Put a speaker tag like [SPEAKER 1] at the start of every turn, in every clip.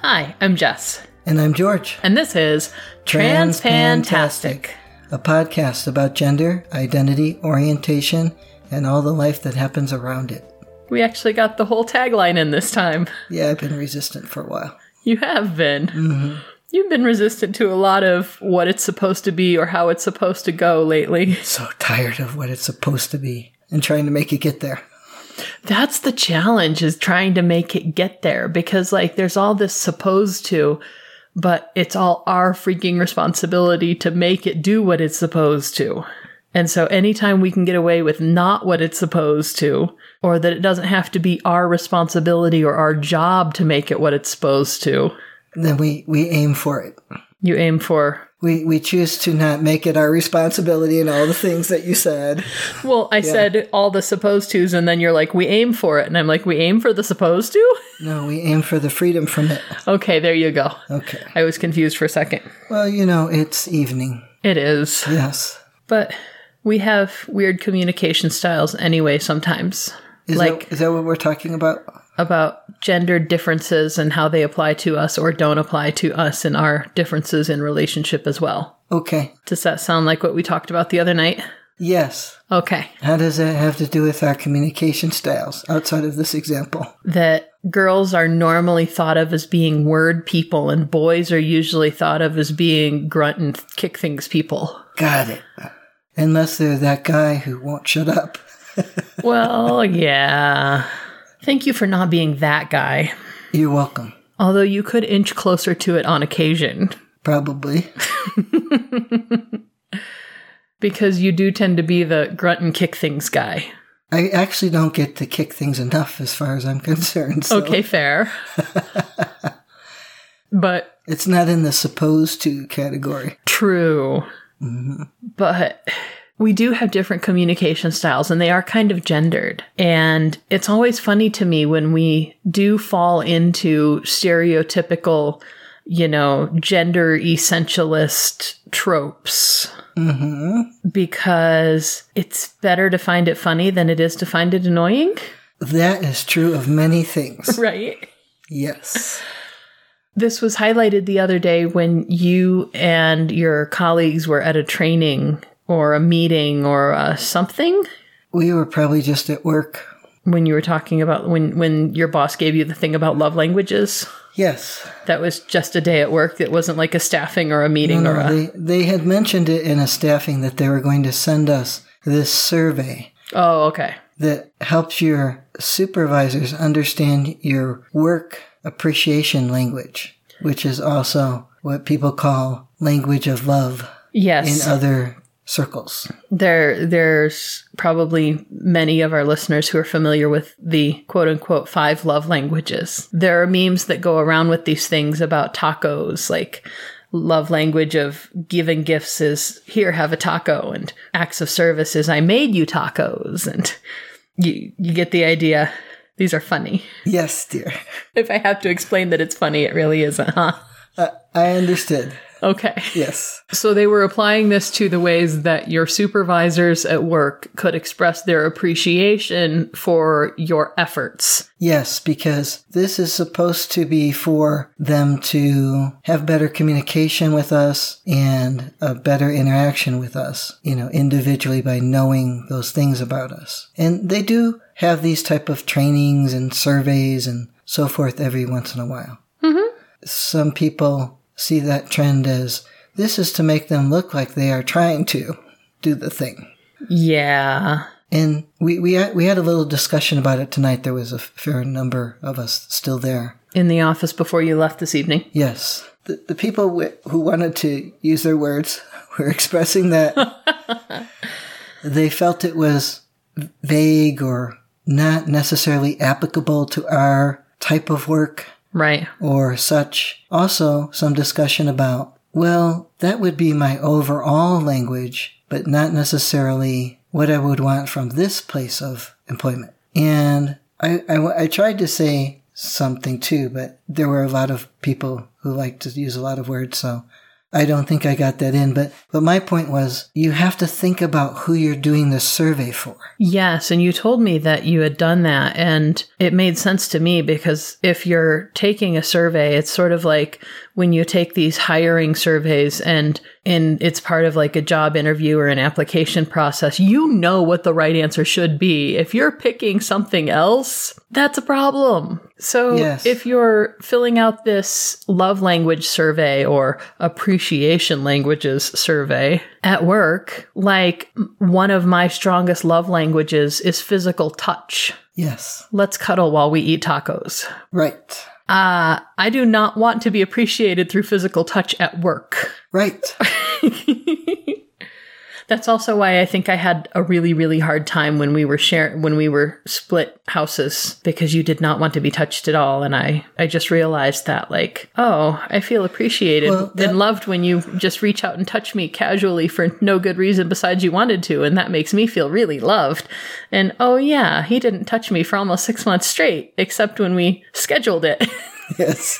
[SPEAKER 1] Hi, I'm Jess,
[SPEAKER 2] And I'm George,
[SPEAKER 1] and this is Transfantastic.
[SPEAKER 2] Transpantastic. a podcast about gender, identity, orientation, and all the life that happens around it.
[SPEAKER 1] We actually got the whole tagline in this time.
[SPEAKER 2] Yeah, I've been resistant for a while.
[SPEAKER 1] You have been. You've been resistant to a lot of what it's supposed to be or how it's supposed to go lately.
[SPEAKER 2] So tired of what it's supposed to be and trying to make it get there.
[SPEAKER 1] That's the challenge is trying to make it get there because like there's all this supposed to, but it's all our freaking responsibility to make it do what it's supposed to. And so anytime we can get away with not what it's supposed to, or that it doesn't have to be our responsibility or our job to make it what it's supposed to,
[SPEAKER 2] And then we, we aim for it.
[SPEAKER 1] you aim for
[SPEAKER 2] We, we choose to not make it our responsibility and all the things that you said.
[SPEAKER 1] Well, I said all the supposed tos, and then you're like, we aim for it. And I'm like, we aim for the supposed to?
[SPEAKER 2] No, we aim for the freedom from it.
[SPEAKER 1] okay, there you go.
[SPEAKER 2] Okay.
[SPEAKER 1] I was confused for a second.
[SPEAKER 2] Well, you know, it's evening.
[SPEAKER 1] It is.
[SPEAKER 2] Yes.
[SPEAKER 1] But we have weird communication styles anyway, sometimes,
[SPEAKER 2] Is,
[SPEAKER 1] Like-
[SPEAKER 2] that, is that what we're talking about?
[SPEAKER 1] about gender differences and how they apply to us or don't apply to us and our differences in relationship as well.
[SPEAKER 2] Okay.
[SPEAKER 1] Does that sound like what we talked about the other night?
[SPEAKER 2] Yes.
[SPEAKER 1] Okay.
[SPEAKER 2] How does that have to do with our communication styles outside of this example?
[SPEAKER 1] that girls are normally thought of as being word people and boys are usually thought of as being grunt and kick things people.
[SPEAKER 2] Got it. Unless they're that guy who won't shut up.
[SPEAKER 1] Well, yeah. Thank you for not being that guy.
[SPEAKER 2] You're welcome.
[SPEAKER 1] Although you could inch closer to it on occasion
[SPEAKER 2] Probably.
[SPEAKER 1] because you do tend to be the grunt and kick things guy.
[SPEAKER 2] I actually don't get to kick things enough as far as I'm concerned. So
[SPEAKER 1] Okay, fair. but
[SPEAKER 2] It's not in the supposed to category.
[SPEAKER 1] True. But we do have different communication styles and they are kind of gendered. And it's always funny to me when we do fall into stereotypical, you know, gender essentialist tropes because it's better to find it funny than it is to find it annoying.
[SPEAKER 2] That is true of many things.
[SPEAKER 1] Right.
[SPEAKER 2] Yes.
[SPEAKER 1] This was highlighted the other day when you and your colleagues were at a training or a meeting or uh, something
[SPEAKER 2] We were probably just at work.
[SPEAKER 1] when you were talking about when when your boss gave you the thing about love languages.
[SPEAKER 2] Yes.
[SPEAKER 1] That was just a day at work. It wasn't like a staffing or a meeting or a
[SPEAKER 2] They, they had mentioned it in a staffing that they were going to send us this survey
[SPEAKER 1] oh okay
[SPEAKER 2] that helps your supervisors understand your work appreciation language, which is also what people call language of love in
[SPEAKER 1] yes.
[SPEAKER 2] other circles.
[SPEAKER 1] there there's probably many of our listeners who are familiar with the quote unquote five love languages. There are memes that go around with these things about tacos, like love language of giving gifts is here have a taco and acts of service is I made you tacos and you you get the idea. These are funny.
[SPEAKER 2] Yes, dear.
[SPEAKER 1] If I have to explain that it's funny, it really isn't, huh?
[SPEAKER 2] Uh, I understood.
[SPEAKER 1] Okay.
[SPEAKER 2] Yes.
[SPEAKER 1] So they were applying this to the ways that your supervisors at work could express their appreciation for your efforts.
[SPEAKER 2] Yes, because this is supposed to be for them to have better communication with us and a better interaction with us, you know, individually by knowing those things about us. And they do have these type of trainings and surveys and so forth every once in a while. Mm-hmm. Some people see that trend as this is to make them look like they are trying to do the thing.
[SPEAKER 1] Yeah.
[SPEAKER 2] And we, we, had- we had a little discussion about it tonight. There was a fair number of us still there.
[SPEAKER 1] In the office before you left this evening.
[SPEAKER 2] Yes. The, the people w- who wanted to use their words were expressing that they felt it was vague or not necessarily applicable to our type of work
[SPEAKER 1] Right.
[SPEAKER 2] or such. Also, some discussion about, well, that would be my overall language, but not necessarily what I would want from this place of employment. And I, I, I tried to say something too, but there were a lot of people who like to use a lot of words, so I don't think I got that in, but, but my point was you have to think about who you're doing the survey for.
[SPEAKER 1] Yes, and you told me that you had done that, and it made sense to me because if you're taking a survey, it's sort of like when you take these hiring surveys and and it's part of like a job interview or an application process, you know what the right answer should be. If you're picking something else, that's a problem. So
[SPEAKER 2] Yes.
[SPEAKER 1] if you're filling out this love language survey or appreciation languages survey at work, like m- one of my strongest love languages is physical touch.
[SPEAKER 2] Yes.
[SPEAKER 1] Let's cuddle while we eat tacos.
[SPEAKER 2] Right.
[SPEAKER 1] Uh, I do not want to be appreciated through physical touch at work.
[SPEAKER 2] Right.
[SPEAKER 1] That's also why I think I had a really, really hard time when we were share when we were split houses because you did not want to be touched at all, and I I just realized that like oh I feel appreciated
[SPEAKER 2] Well, that-
[SPEAKER 1] and loved when you just reach out and touch me casually for no good reason besides you wanted to, and that makes me feel really loved. And oh yeah, he didn't touch me for almost six months straight, except when we scheduled it.
[SPEAKER 2] yes.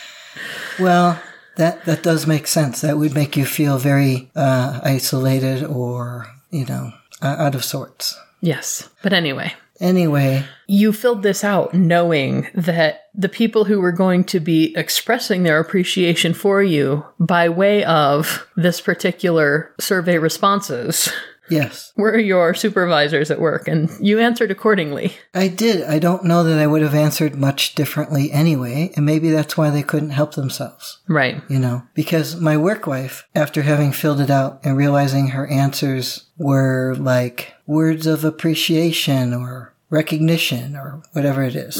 [SPEAKER 2] well, that that does make sense. That would make you feel very uh, isolated or you know o- out of sorts.
[SPEAKER 1] yes, but anyway.
[SPEAKER 2] Anyway,
[SPEAKER 1] you filled this out knowing that the people who were going to be expressing their appreciation for you by way of this particular survey responses
[SPEAKER 2] yes,
[SPEAKER 1] were your supervisors at work and you answered accordingly.
[SPEAKER 2] I did. I don't know that I would have answered much differently anyway, and maybe that's why they couldn't help themselves.
[SPEAKER 1] Right.
[SPEAKER 2] You know, because my work wife, after having filled it out and realizing her answers were like words of appreciation or recognition or whatever it is,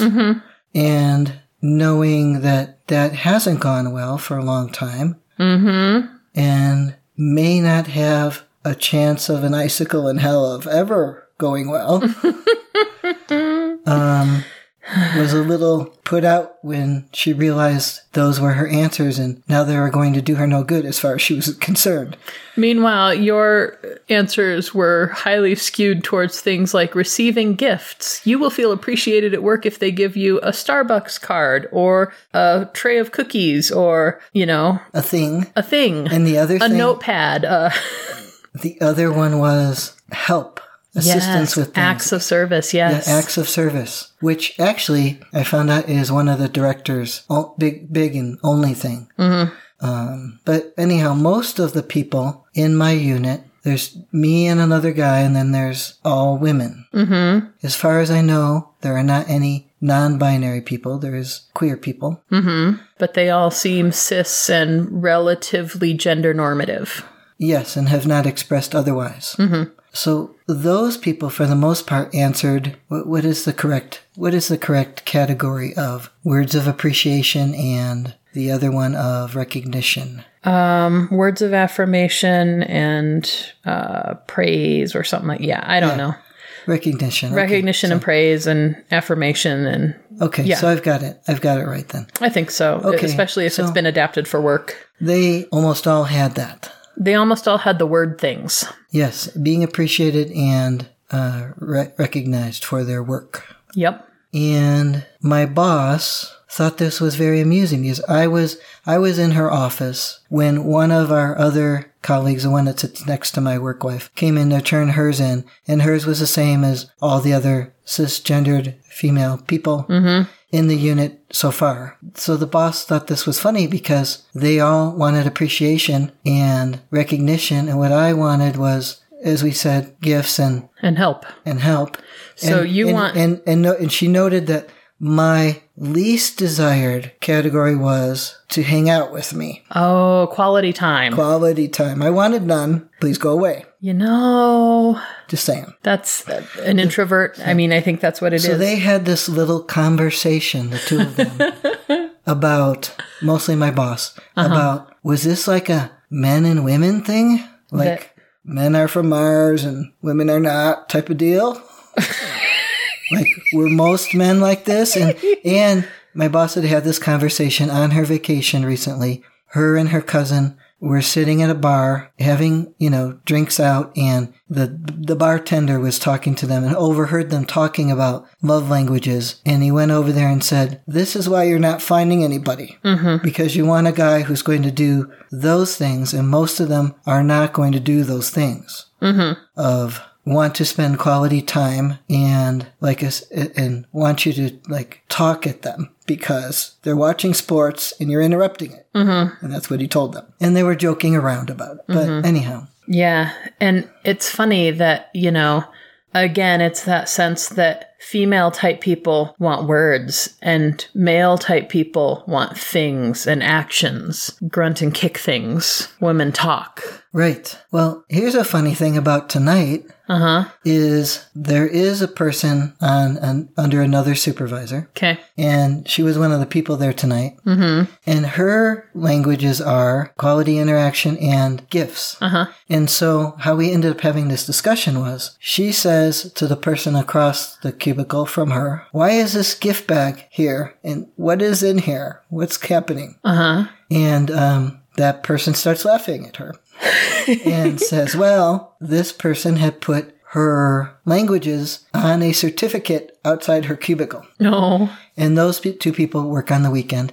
[SPEAKER 2] and knowing that that hasn't gone well for a long time
[SPEAKER 1] Mm-hmm.
[SPEAKER 2] and may not have a chance of an icicle in hell of ever going well, um, was a little put out when she realized those were her answers and now they were going to do her no good as far as she was concerned.
[SPEAKER 1] Meanwhile, your answers were highly skewed towards things like receiving gifts. You will feel appreciated at work if they give you a Starbucks card or a tray of cookies or, you know,
[SPEAKER 2] A thing.
[SPEAKER 1] a thing.
[SPEAKER 2] And the other
[SPEAKER 1] a
[SPEAKER 2] thing,
[SPEAKER 1] notepad, uh,
[SPEAKER 2] the other one was help, assistance
[SPEAKER 1] yes,
[SPEAKER 2] with things.
[SPEAKER 1] acts of service. Yes,
[SPEAKER 2] Yeah, acts of service, which actually I found out is one of the director's o- big, big and only thing.
[SPEAKER 1] Mm-hmm.
[SPEAKER 2] Um, but anyhow, most of the people in my unit, there's me and another guy, and then there's all women.
[SPEAKER 1] mm-hmm.
[SPEAKER 2] As far as I know, there are not any non-binary people. There is queer people.
[SPEAKER 1] Mm-hmm. but they all seem cis and relatively gender normative.
[SPEAKER 2] Yes, and have not expressed otherwise. So those people, for the most part, answered what, what is the correct what is the correct category of words of appreciation and the other one of recognition.
[SPEAKER 1] Um, words of affirmation and uh, praise, or something like. Yeah, I don't know.
[SPEAKER 2] Recognition. okay.
[SPEAKER 1] Recognition and praise and affirmation, and
[SPEAKER 2] Okay, so I've got it. I've got it right then.
[SPEAKER 1] I think so. e-
[SPEAKER 2] Okay,
[SPEAKER 1] especially if
[SPEAKER 2] so-
[SPEAKER 1] it's been adapted for work.
[SPEAKER 2] They almost all had that.
[SPEAKER 1] They almost all had the word things.
[SPEAKER 2] Yes, being appreciated and uh, re- recognized for their work.
[SPEAKER 1] Yep.
[SPEAKER 2] and my boss thought this was very amusing because I was I was in her office when one of our other colleagues, the one that sits next to my work wife, came in to turn hers in, and hers was the same as all the other cisgendered female people in the unit so far. So the boss thought this was funny because they all wanted appreciation and recognition, and what I wanted was, as we said, gifts and
[SPEAKER 1] And help.
[SPEAKER 2] and help.
[SPEAKER 1] So
[SPEAKER 2] And-
[SPEAKER 1] you
[SPEAKER 2] and-
[SPEAKER 1] want-
[SPEAKER 2] and and no, and she noted that my least desired category was to hang out with me.
[SPEAKER 1] Oh, quality time.
[SPEAKER 2] Quality time. I wanted none. Please go away.
[SPEAKER 1] you know,
[SPEAKER 2] Just saying.
[SPEAKER 1] That's an introvert. I mean, I think that's what it is.
[SPEAKER 2] So they had this little conversation, the two of them, about mostly my boss
[SPEAKER 1] Uh-huh.
[SPEAKER 2] about was this like a men and women thing, like
[SPEAKER 1] That-
[SPEAKER 2] men are from Mars and women are not type of deal. like were most men like this, and and my boss had had this conversation on her vacation recently. Her and her cousin we're sitting at a bar having, you know, drinks out and the the bartender was talking to them and overheard them talking about love languages and he went over there and said, "This is why you're not finding anybody."
[SPEAKER 1] Mm-hmm.
[SPEAKER 2] Because you want a guy who's going to do those things and most of them are not going to do those things
[SPEAKER 1] Mm-hmm.
[SPEAKER 2] of want to spend quality time and like us and want you to like talk at them because they're watching sports and you're interrupting it
[SPEAKER 1] Mm-hmm.
[SPEAKER 2] and that's what he told them and they were joking around about it but anyhow
[SPEAKER 1] Yeah. And it's funny that, you know, again, it's that sense that female type people want words and male type people want things and actions, grunt and kick things. Women talk.
[SPEAKER 2] right well here's a funny thing about tonight
[SPEAKER 1] Uh huh.
[SPEAKER 2] is there is a person on, on under another supervisor
[SPEAKER 1] Okay.
[SPEAKER 2] and she was one of the people there tonight
[SPEAKER 1] Mm hmm.
[SPEAKER 2] and her languages are quality interaction and gifts
[SPEAKER 1] Uh huh.
[SPEAKER 2] And so, how we ended up having this discussion was she says to the person across the cubicle from her, Why is this gift bag here? And what is in here? What's happening?
[SPEAKER 1] Uh huh.
[SPEAKER 2] And um, that person starts laughing at her and says, Well, this person had put her languages on a certificate outside her cubicle.
[SPEAKER 1] No.
[SPEAKER 2] And those pe- two people work on the weekend.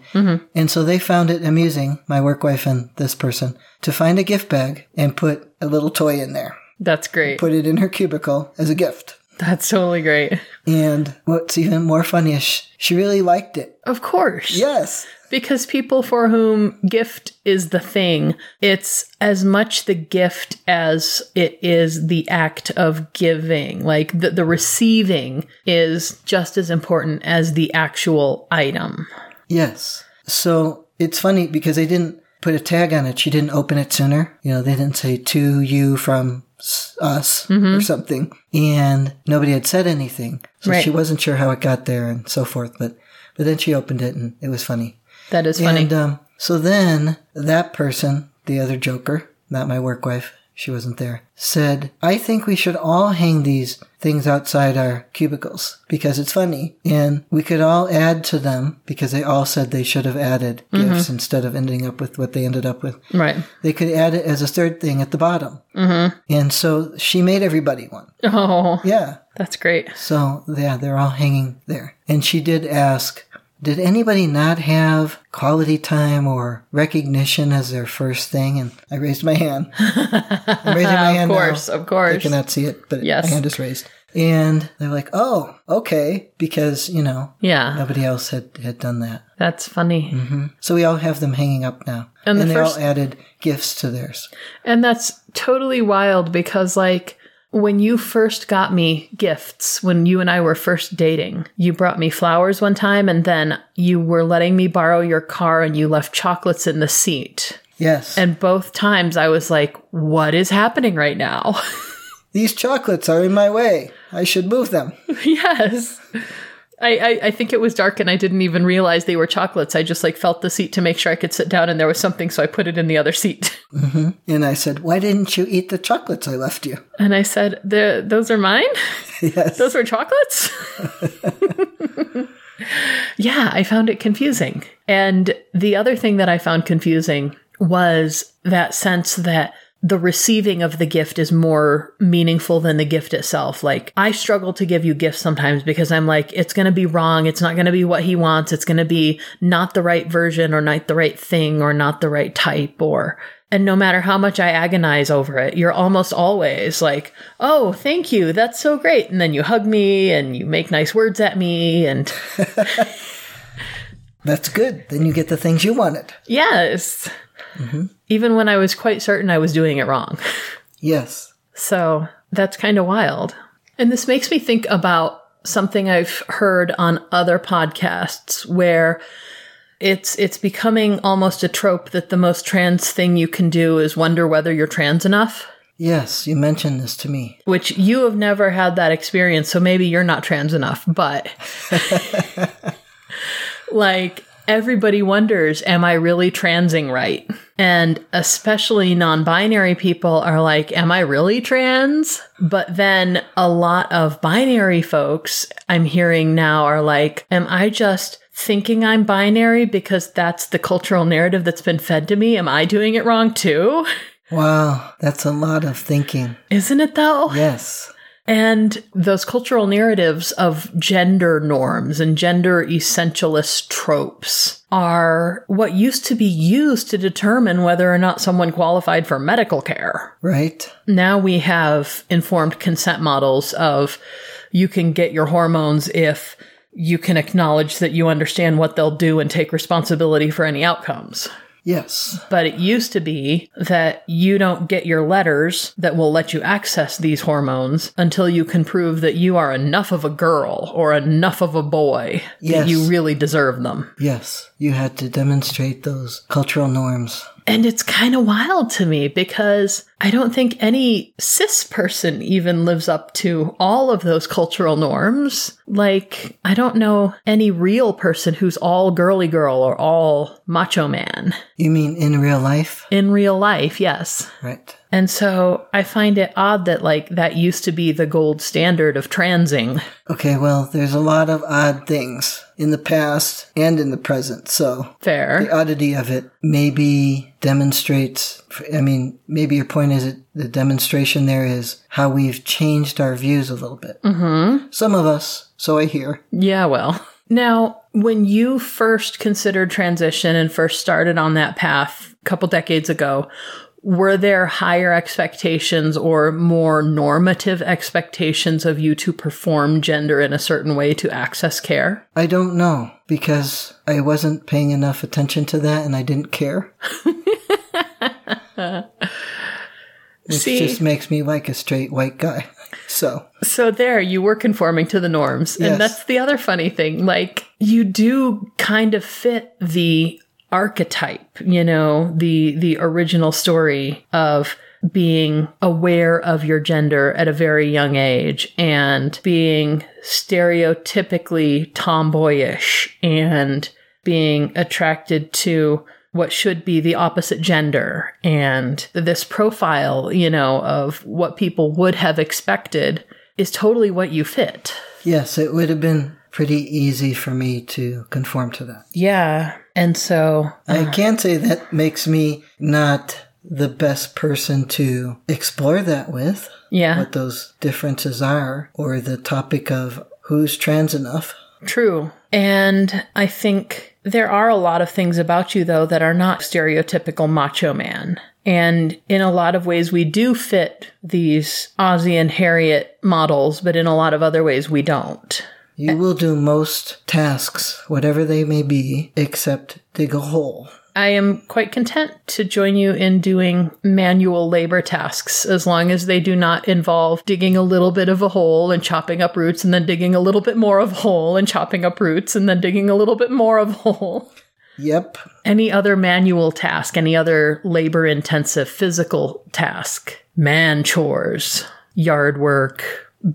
[SPEAKER 2] And so they found it amusing, my work wife and this person, to find a gift bag and put a little toy in there,
[SPEAKER 1] That's great.
[SPEAKER 2] put it in her cubicle as a gift.
[SPEAKER 1] That's totally great.
[SPEAKER 2] And what's even more funny is sh- she really liked it.
[SPEAKER 1] Of course.
[SPEAKER 2] Yes.
[SPEAKER 1] Because people for whom gift is the thing, it's as much the gift as it is the act of giving. Like the, the receiving is just as important as the actual item.
[SPEAKER 2] Yes. So it's funny because they didn't put a tag on it. She didn't open it sooner. You know, they didn't say to you from s- us or something. And nobody had said anything. So
[SPEAKER 1] Right.
[SPEAKER 2] she wasn't sure how it got there and so forth. But, but then she opened it and it was funny.
[SPEAKER 1] That is funny.
[SPEAKER 2] And um, so then that person, the other joker, not my work wife, she wasn't there, said, I think we should all hang these things outside our cubicles because it's funny. And we could all add to them because they all said they should have added gifts instead of ending up with what they ended up with.
[SPEAKER 1] right.
[SPEAKER 2] They could add it as a third thing at the bottom.
[SPEAKER 1] Mhm.
[SPEAKER 2] And so she made everybody one.
[SPEAKER 1] Oh,
[SPEAKER 2] Yeah.
[SPEAKER 1] that's great.
[SPEAKER 2] So yeah, they're all hanging there. And she did ask, did anybody not have quality time or recognition as their first thing? And I raised my hand. I'm raising my
[SPEAKER 1] Of
[SPEAKER 2] hand. now.
[SPEAKER 1] course, of
[SPEAKER 2] I
[SPEAKER 1] course.
[SPEAKER 2] cannot see it, but
[SPEAKER 1] Yes.
[SPEAKER 2] my hand is raised. And they're like, oh, okay, because, you know,
[SPEAKER 1] Yeah,
[SPEAKER 2] nobody else had, had done that.
[SPEAKER 1] that's funny.
[SPEAKER 2] So we all have them hanging up now.
[SPEAKER 1] And the
[SPEAKER 2] they
[SPEAKER 1] first-
[SPEAKER 2] all added gifts to theirs.
[SPEAKER 1] And that's totally wild because, like, when you first got me gifts, when you and I were first dating, you brought me flowers one time and then you were letting me borrow your car and you left chocolates in the seat.
[SPEAKER 2] Yes.
[SPEAKER 1] And both times I was like, what is happening right now?
[SPEAKER 2] These chocolates are in my way. I should move them.
[SPEAKER 1] yes. I, I, I think it was dark and I didn't even realize they were chocolates. I just like felt the seat to make sure I could sit down and there was something, so I put it in the other seat.
[SPEAKER 2] And I said, why didn't you eat the chocolates I left you?
[SPEAKER 1] And I said, "The- Those are mine?
[SPEAKER 2] Yes.
[SPEAKER 1] Those were chocolates? yeah, I found it confusing. And the other thing that I found confusing was that sense that the receiving of the gift is more meaningful than the gift itself. Like, I struggle to give you gifts sometimes because I'm like, it's going to be wrong. It's not going to be what he wants. It's going to be not the right version or not the right thing or not the right type or. And no matter how much I agonize over it, you're almost always like, oh, thank you. That's so great. And then you hug me and you make nice words at me. And
[SPEAKER 2] That's good. Then you get the things you wanted.
[SPEAKER 1] yes, even when I was quite certain I was doing it wrong.
[SPEAKER 2] Yes.
[SPEAKER 1] So that's kind of wild. And this makes me think about something I've heard on other podcasts where it's it's becoming almost a trope that the most trans thing you can do is wonder whether you're trans enough.
[SPEAKER 2] Yes, you mentioned this to me.
[SPEAKER 1] which you have never had that experience, so maybe you're not trans enough, but like everybody wonders, am I really transing right? And especially non binary people are like, am I really trans? But then a lot of binary folks I'm hearing now are like, am I just thinking I'm binary because that's the cultural narrative that's been fed to me. Am I doing it wrong too?
[SPEAKER 2] Wow, that's a lot of thinking.
[SPEAKER 1] Isn't it though?
[SPEAKER 2] Yes.
[SPEAKER 1] And those cultural narratives of gender norms and gender essentialist tropes are what used to be used to determine whether or not someone qualified for medical care.
[SPEAKER 2] Right?
[SPEAKER 1] Now we have informed consent models of you can get your hormones if you can acknowledge that you understand what they'll do and take responsibility for any outcomes.
[SPEAKER 2] Yes.
[SPEAKER 1] But it used to be that you don't get your letters that will let you access these hormones until you can prove that you are enough of a girl or enough of a boy
[SPEAKER 2] Yes.
[SPEAKER 1] that you really deserve them.
[SPEAKER 2] Yes. You had to demonstrate those cultural norms.
[SPEAKER 1] And it's kind of wild to me because I don't think any cis person even lives up to all of those cultural norms. Like, I don't know any real person who's all girly girl or all macho man
[SPEAKER 2] You mean in real life?
[SPEAKER 1] in real life, yes.
[SPEAKER 2] Right.
[SPEAKER 1] And so I find it odd that, like, that used to be the gold standard of transing.
[SPEAKER 2] Okay, well, there's a lot of odd things in the past and in the present, so the
[SPEAKER 1] Fair.
[SPEAKER 2] oddity of it maybe demonstrates i mean maybe your point is it the demonstration there is how we've changed our views a little bit mm-hmm. some of us so i hear
[SPEAKER 1] Yeah, well. Now, when you first considered transition and first started on that path a couple decades ago, were there higher expectations or more normative expectations of you to perform gender in a certain way to access care?
[SPEAKER 2] i don't know because i wasn't paying enough attention to that and i didn't care which
[SPEAKER 1] See?
[SPEAKER 2] just makes me like a straight white guy so
[SPEAKER 1] So there, you were conforming to the norms.
[SPEAKER 2] Yes.
[SPEAKER 1] And that's the other funny thing. Like, you do kind of fit the archetype, you know, the, the original story of being aware of your gender at a very young age and being stereotypically tomboyish and being attracted to what should be the opposite gender and this profile, you know, of what people would have expected is totally what you fit.
[SPEAKER 2] yes it would have been pretty easy for me to conform to that
[SPEAKER 1] Yeah. And so,
[SPEAKER 2] I can say that makes me not the best person to explore that with,
[SPEAKER 1] yeah,
[SPEAKER 2] what those differences are, or the topic of who's trans enough.
[SPEAKER 1] true. And I think there are a lot of things about you, though, that are not stereotypical macho man. And in a lot of ways, we do fit these Ozzy and Harriet models, but in a lot of other ways, we don't.
[SPEAKER 2] You will do most tasks, whatever they may be, except dig a hole.
[SPEAKER 1] I am quite content to join you in doing manual labor tasks as long as they do not involve digging a little bit of a hole and chopping up roots and then digging a little bit more of hole and chopping up roots and then digging a little bit more of hole.
[SPEAKER 2] Yep.
[SPEAKER 1] Any other manual task, any other labor intensive physical task, man chores, yard work,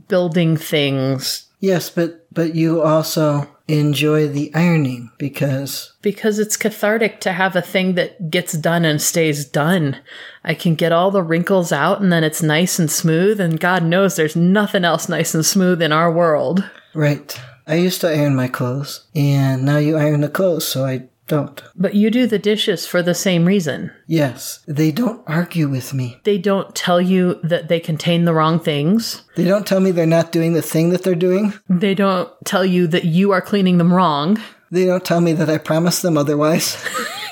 [SPEAKER 1] building things,
[SPEAKER 2] Yes, but, but you also enjoy the ironing because
[SPEAKER 1] because it's cathartic to have a thing that gets done and stays done. I can get all the wrinkles out and then it's nice and smooth, and God knows there's nothing else nice and smooth in our world.
[SPEAKER 2] right. I used to iron my clothes and now you iron the clothes, so I don't.
[SPEAKER 1] But you do the dishes for the same reason.
[SPEAKER 2] Yes. They don't argue with me.
[SPEAKER 1] They don't tell you that they contain the wrong things.
[SPEAKER 2] They don't tell me they're not doing the thing that they're doing.
[SPEAKER 1] They don't tell you that you are cleaning them wrong.
[SPEAKER 2] They don't tell me that I promised them otherwise.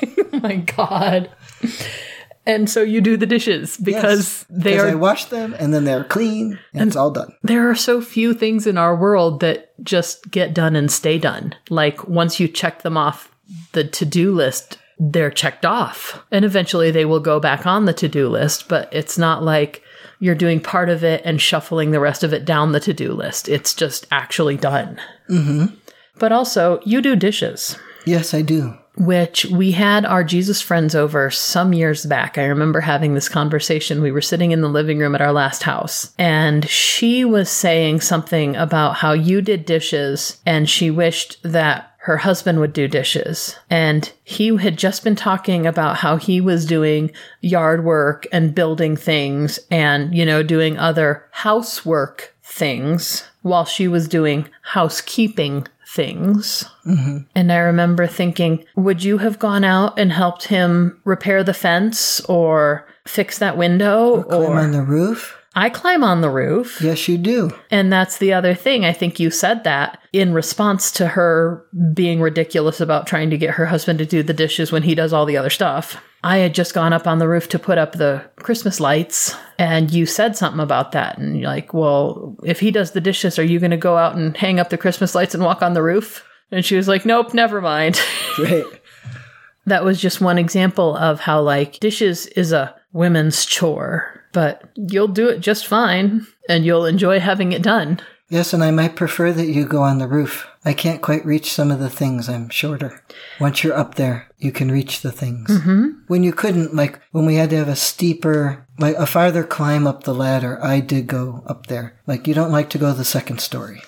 [SPEAKER 1] Oh my God. And so you do the dishes because they
[SPEAKER 2] Because
[SPEAKER 1] are
[SPEAKER 2] I wash them and then they're clean and, it's all done.
[SPEAKER 1] There are so few things in our world that just get done and stay done. Like once you check them off the to do list, they're checked off. And eventually they will go back on the to do list, but it's not like you're doing part of it and shuffling the rest of it down the to do list. It's just actually done. Mm-hmm. But also, you do dishes
[SPEAKER 2] Yes, I do.
[SPEAKER 1] which we had our Jesus friends over some years back. I remember having this conversation. We were sitting in the living room at our last house, and she was saying something about how you did dishes, and she wished that her husband would do dishes. And he had just been talking about how he was doing yard work and building things and, you know, doing other housework things while she was doing housekeeping things. And I remember thinking, would you have gone out and helped him repair the fence or fix that window? Or,
[SPEAKER 2] Climb on the roof?
[SPEAKER 1] I climb on the roof.
[SPEAKER 2] Yes, you do.
[SPEAKER 1] And that's the other thing. I think you said that in response to her being ridiculous about trying to get her husband to do the dishes when he does all the other stuff. I had just gone up on the roof to put up the Christmas lights, and you said something about that. And you're like, well, if he does the dishes, are you going to go out and hang up the Christmas lights and walk on the roof? And she was like, nope, never mind.
[SPEAKER 2] Right.
[SPEAKER 1] that was just one example of how, like, dishes is a women's chore, but you'll do it just fine and you'll enjoy having it done.
[SPEAKER 2] Yes, and I might prefer that you go on the roof. I can't quite reach some of the things. I'm shorter. Once you're up there, you can reach the things. Mm-hmm. When you couldn't, like when we had to have a steeper, like a farther climb up the ladder, I did go up there. Like you don't like to go the second story.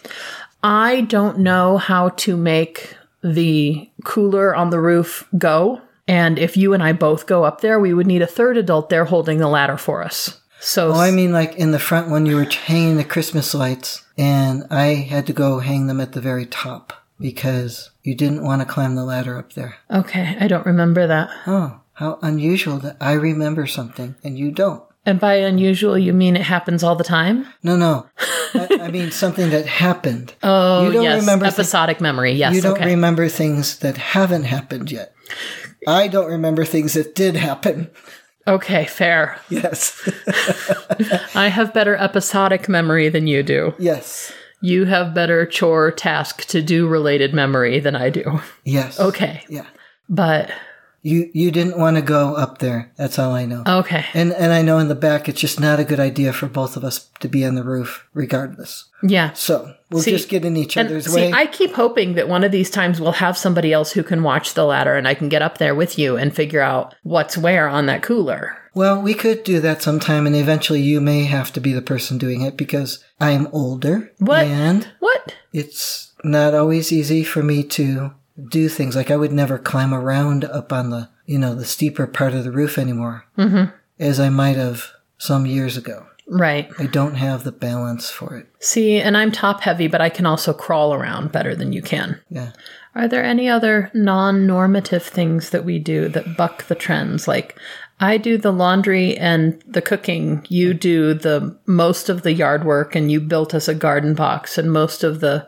[SPEAKER 1] I don't know how to make the cooler on the roof go. And if you and I both go up there, we would need a third adult there holding the ladder for us. So,
[SPEAKER 2] Oh, I mean, like in the front when you were hanging the Christmas lights, and I had to go hang them at the very top because you didn't want to climb the ladder up there.
[SPEAKER 1] okay, I don't remember that.
[SPEAKER 2] Oh, how unusual that I remember something and you don't.
[SPEAKER 1] And by unusual, you mean it happens all the time?
[SPEAKER 2] No, no. I, I mean something that happened.
[SPEAKER 1] Oh,
[SPEAKER 2] you don't
[SPEAKER 1] yes.
[SPEAKER 2] remember. thi-
[SPEAKER 1] Episodic memory. Yes.
[SPEAKER 2] you don't
[SPEAKER 1] okay.
[SPEAKER 2] remember things that haven't happened yet. I don't remember things that did happen.
[SPEAKER 1] okay, fair.
[SPEAKER 2] Yes,
[SPEAKER 1] I have better episodic memory than you do.
[SPEAKER 2] yes,
[SPEAKER 1] You have better chore task to do related memory than I do.
[SPEAKER 2] yes.
[SPEAKER 1] Okay.
[SPEAKER 2] Yeah.
[SPEAKER 1] But,
[SPEAKER 2] You you didn't want to go up there. That's all I know.
[SPEAKER 1] okay.
[SPEAKER 2] And and I know in the back it's just not a good idea for both of us to be on the roof, regardless.
[SPEAKER 1] Yeah.
[SPEAKER 2] So we'll
[SPEAKER 1] See,
[SPEAKER 2] just get in each other's
[SPEAKER 1] See,
[SPEAKER 2] way.
[SPEAKER 1] I keep hoping that one of these times we'll have somebody else who can watch the ladder and I can get up there with you and figure out what's where on that cooler.
[SPEAKER 2] well, we could do that sometime, and eventually you may have to be the person doing it because I am older.
[SPEAKER 1] What?
[SPEAKER 2] And
[SPEAKER 1] What?
[SPEAKER 2] it's not always easy for me to do things like I would never climb around up on the you know the steeper part of the roof anymore
[SPEAKER 1] Mm-hmm.
[SPEAKER 2] as I might have some years ago.
[SPEAKER 1] Right.
[SPEAKER 2] I don't have the balance for it.
[SPEAKER 1] See, and I'm top heavy, but I can also crawl around better than you can.
[SPEAKER 2] Yeah.
[SPEAKER 1] Are there any other non normative things that we do that buck the trends? Like, I do the laundry and the cooking. You do the most of the yard work, and you built us a garden box and most of the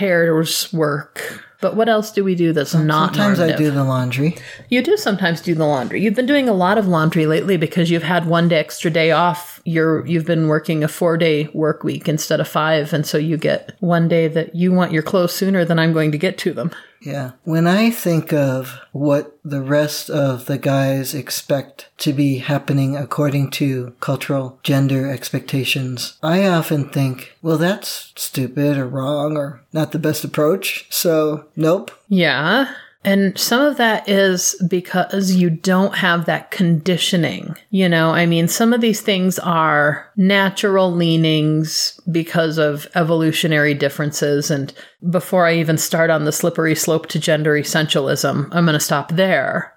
[SPEAKER 1] repairs work. But what else do we do that's not
[SPEAKER 2] Sometimes I
[SPEAKER 1] normative?
[SPEAKER 2] do the laundry.
[SPEAKER 1] You do sometimes do the laundry. You've been doing a lot of laundry lately because you've had one day extra day off. You're you've been working a 4-day work week instead of 5 and so you get one day that you want your clothes sooner than I'm going to get to them.
[SPEAKER 2] Yeah. When I think of what the rest of the guys expect to be happening according to cultural gender expectations, I often think, well, that's stupid or wrong or not the best approach. So, nope.
[SPEAKER 1] Yeah. And some of that is because you don't have that conditioning. You know, I mean, some of these things are natural leanings because of evolutionary differences. And before I even start on the slippery slope to gender essentialism, I'm going to stop there.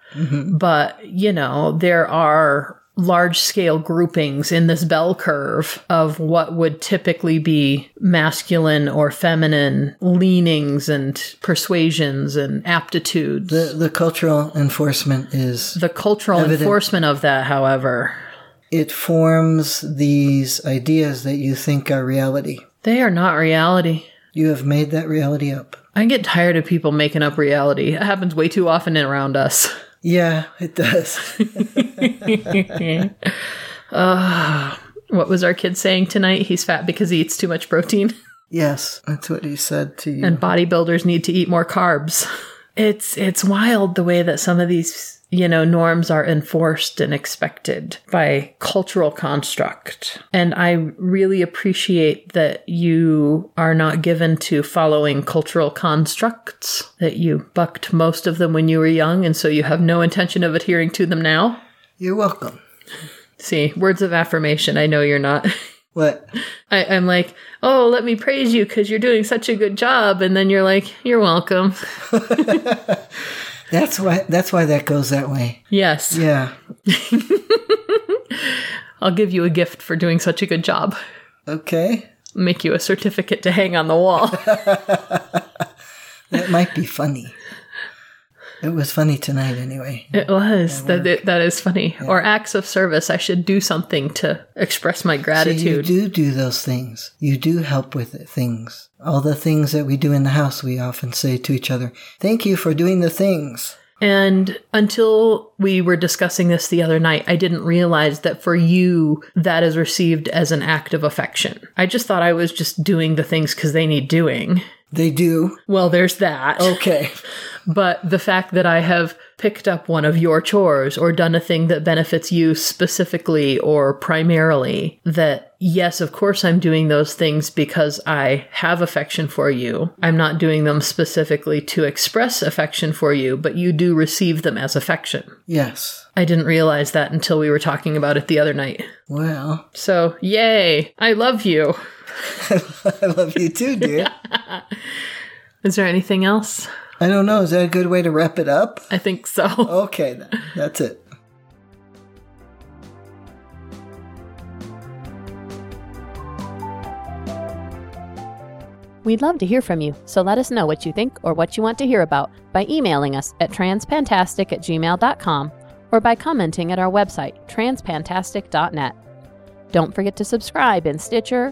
[SPEAKER 1] But, you know, there are large scale groupings in this bell curve of what would typically be masculine or feminine leanings and persuasions and aptitudes. The,
[SPEAKER 2] The, the cultural enforcement is
[SPEAKER 1] cultural enforcement of that, however,
[SPEAKER 2] it forms these ideas that you think are reality.
[SPEAKER 1] they are not reality.
[SPEAKER 2] You have made that reality up.
[SPEAKER 1] I get tired of people making up reality. It happens way too often around us.
[SPEAKER 2] Yeah, it does.
[SPEAKER 1] What was our kid saying tonight? He's fat because he eats too much protein.
[SPEAKER 2] yes, that's what he said to you.
[SPEAKER 1] and bodybuilders need to eat more carbs. It's it's wild the way that some of these you know norms are enforced and expected by cultural construct. And I really appreciate that you are not given to following cultural constructs that you bucked most of them when you were young and so you have no intention of adhering to them now.
[SPEAKER 2] You're welcome.
[SPEAKER 1] See, words of affirmation. I know you're not.
[SPEAKER 2] What?
[SPEAKER 1] I, I'm like, oh, let me praise you because you're doing such a good job. And then you're like, you're welcome.
[SPEAKER 2] That's why. That's why that goes that way.
[SPEAKER 1] Yes,
[SPEAKER 2] Yeah.
[SPEAKER 1] I'll give you a gift for doing such a good job.
[SPEAKER 2] Okay.
[SPEAKER 1] make you a certificate to hang on the wall.
[SPEAKER 2] That might be funny. It was funny tonight, anyway.
[SPEAKER 1] It was that it, that is funny. Or acts of service. I should do something to express my
[SPEAKER 2] So you
[SPEAKER 1] gratitude.
[SPEAKER 2] do do those things. You do help with it- things. All the things that we do in the house, we often say to each other, "Thank you for doing the things."
[SPEAKER 1] and until we were discussing this the other night, I didn't realize that for you that is received as an act of affection. I just thought I was just doing the things cuz they need doing.
[SPEAKER 2] They do.
[SPEAKER 1] Well, there's that.
[SPEAKER 2] Okay.
[SPEAKER 1] But the fact that I have picked up one of your chores or done a thing that benefits you specifically or primarily, that yes, of course I'm doing those things because I have affection for you. I'm not doing them specifically to express affection for you, but you do receive them as affection.
[SPEAKER 2] Yes.
[SPEAKER 1] I didn't realize that until we were talking about it the other night.
[SPEAKER 2] Well,
[SPEAKER 1] So, yay, I love you.
[SPEAKER 2] I love you too, dear.
[SPEAKER 1] Is there anything else?
[SPEAKER 2] I don't know. Is that a good way to wrap it up?
[SPEAKER 1] I think so.
[SPEAKER 2] Okay, then. That's it.
[SPEAKER 3] We'd love to hear from you, so let us know what you think or what you want to hear about by emailing us at transpantastic at gmail.com or by commenting at our website, transpantastic.net. Don't forget to subscribe in Stitcher,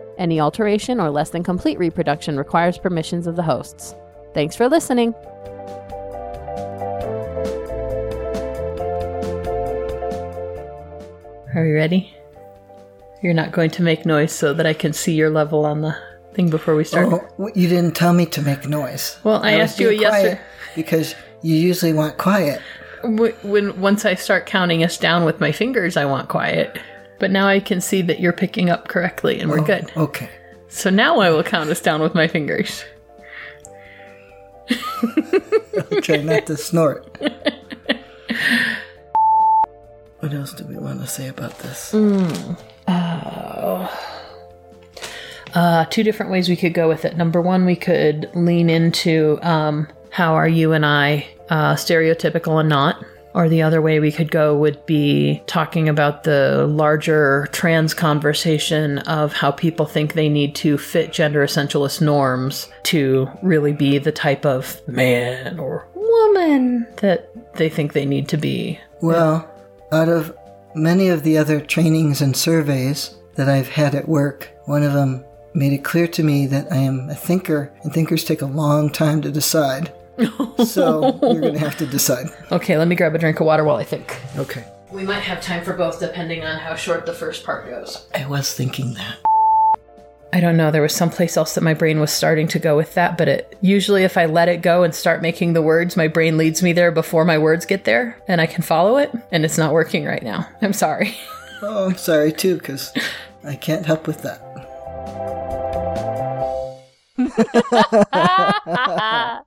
[SPEAKER 3] Any alteration or less than complete reproduction requires permissions of the hosts. Thanks for listening!
[SPEAKER 1] Are you ready? You're not going to make noise so that I can see your level on the thing before we start.
[SPEAKER 2] Oh, w- you didn't tell me to make noise.
[SPEAKER 1] Well, I
[SPEAKER 2] was
[SPEAKER 1] asked you
[SPEAKER 2] being
[SPEAKER 1] a yes or-
[SPEAKER 2] quiet because you usually want quiet.
[SPEAKER 1] Wh- When once I start counting us down with my fingers, I want quiet. But now I can see that you're picking up correctly and we're
[SPEAKER 2] Oh.
[SPEAKER 1] good.
[SPEAKER 2] Okay.
[SPEAKER 1] So now I will count us down with my fingers.
[SPEAKER 2] Try not to snort. What else do we want to say about this?
[SPEAKER 1] Mm, Uh, two different ways we could go with it. Number one, we could lean into um, how are you and I uh, stereotypical and not. Or the other way we could go would be talking about the larger trans conversation of how people think they need to fit gender essentialist norms to really be the type of man or woman that they think they need to be.
[SPEAKER 2] Well, out of many of the other trainings and surveys that I've had at work, one of them made it clear to me that I am a thinker, and thinkers take a long time to decide. so you're going to have to decide.
[SPEAKER 1] Okay, let me grab a drink of water while I think.
[SPEAKER 2] Okay.
[SPEAKER 1] We might have time for both depending on how short the first part goes.
[SPEAKER 2] I was thinking that.
[SPEAKER 1] I don't know. There was someplace else that my brain was starting to go with that, but it usually if I let it go and start making the words, my brain leads me there before my words get there, and I can follow it. And it's not working right now. I'm sorry.
[SPEAKER 2] Oh, I'm sorry too, because I can't help with that.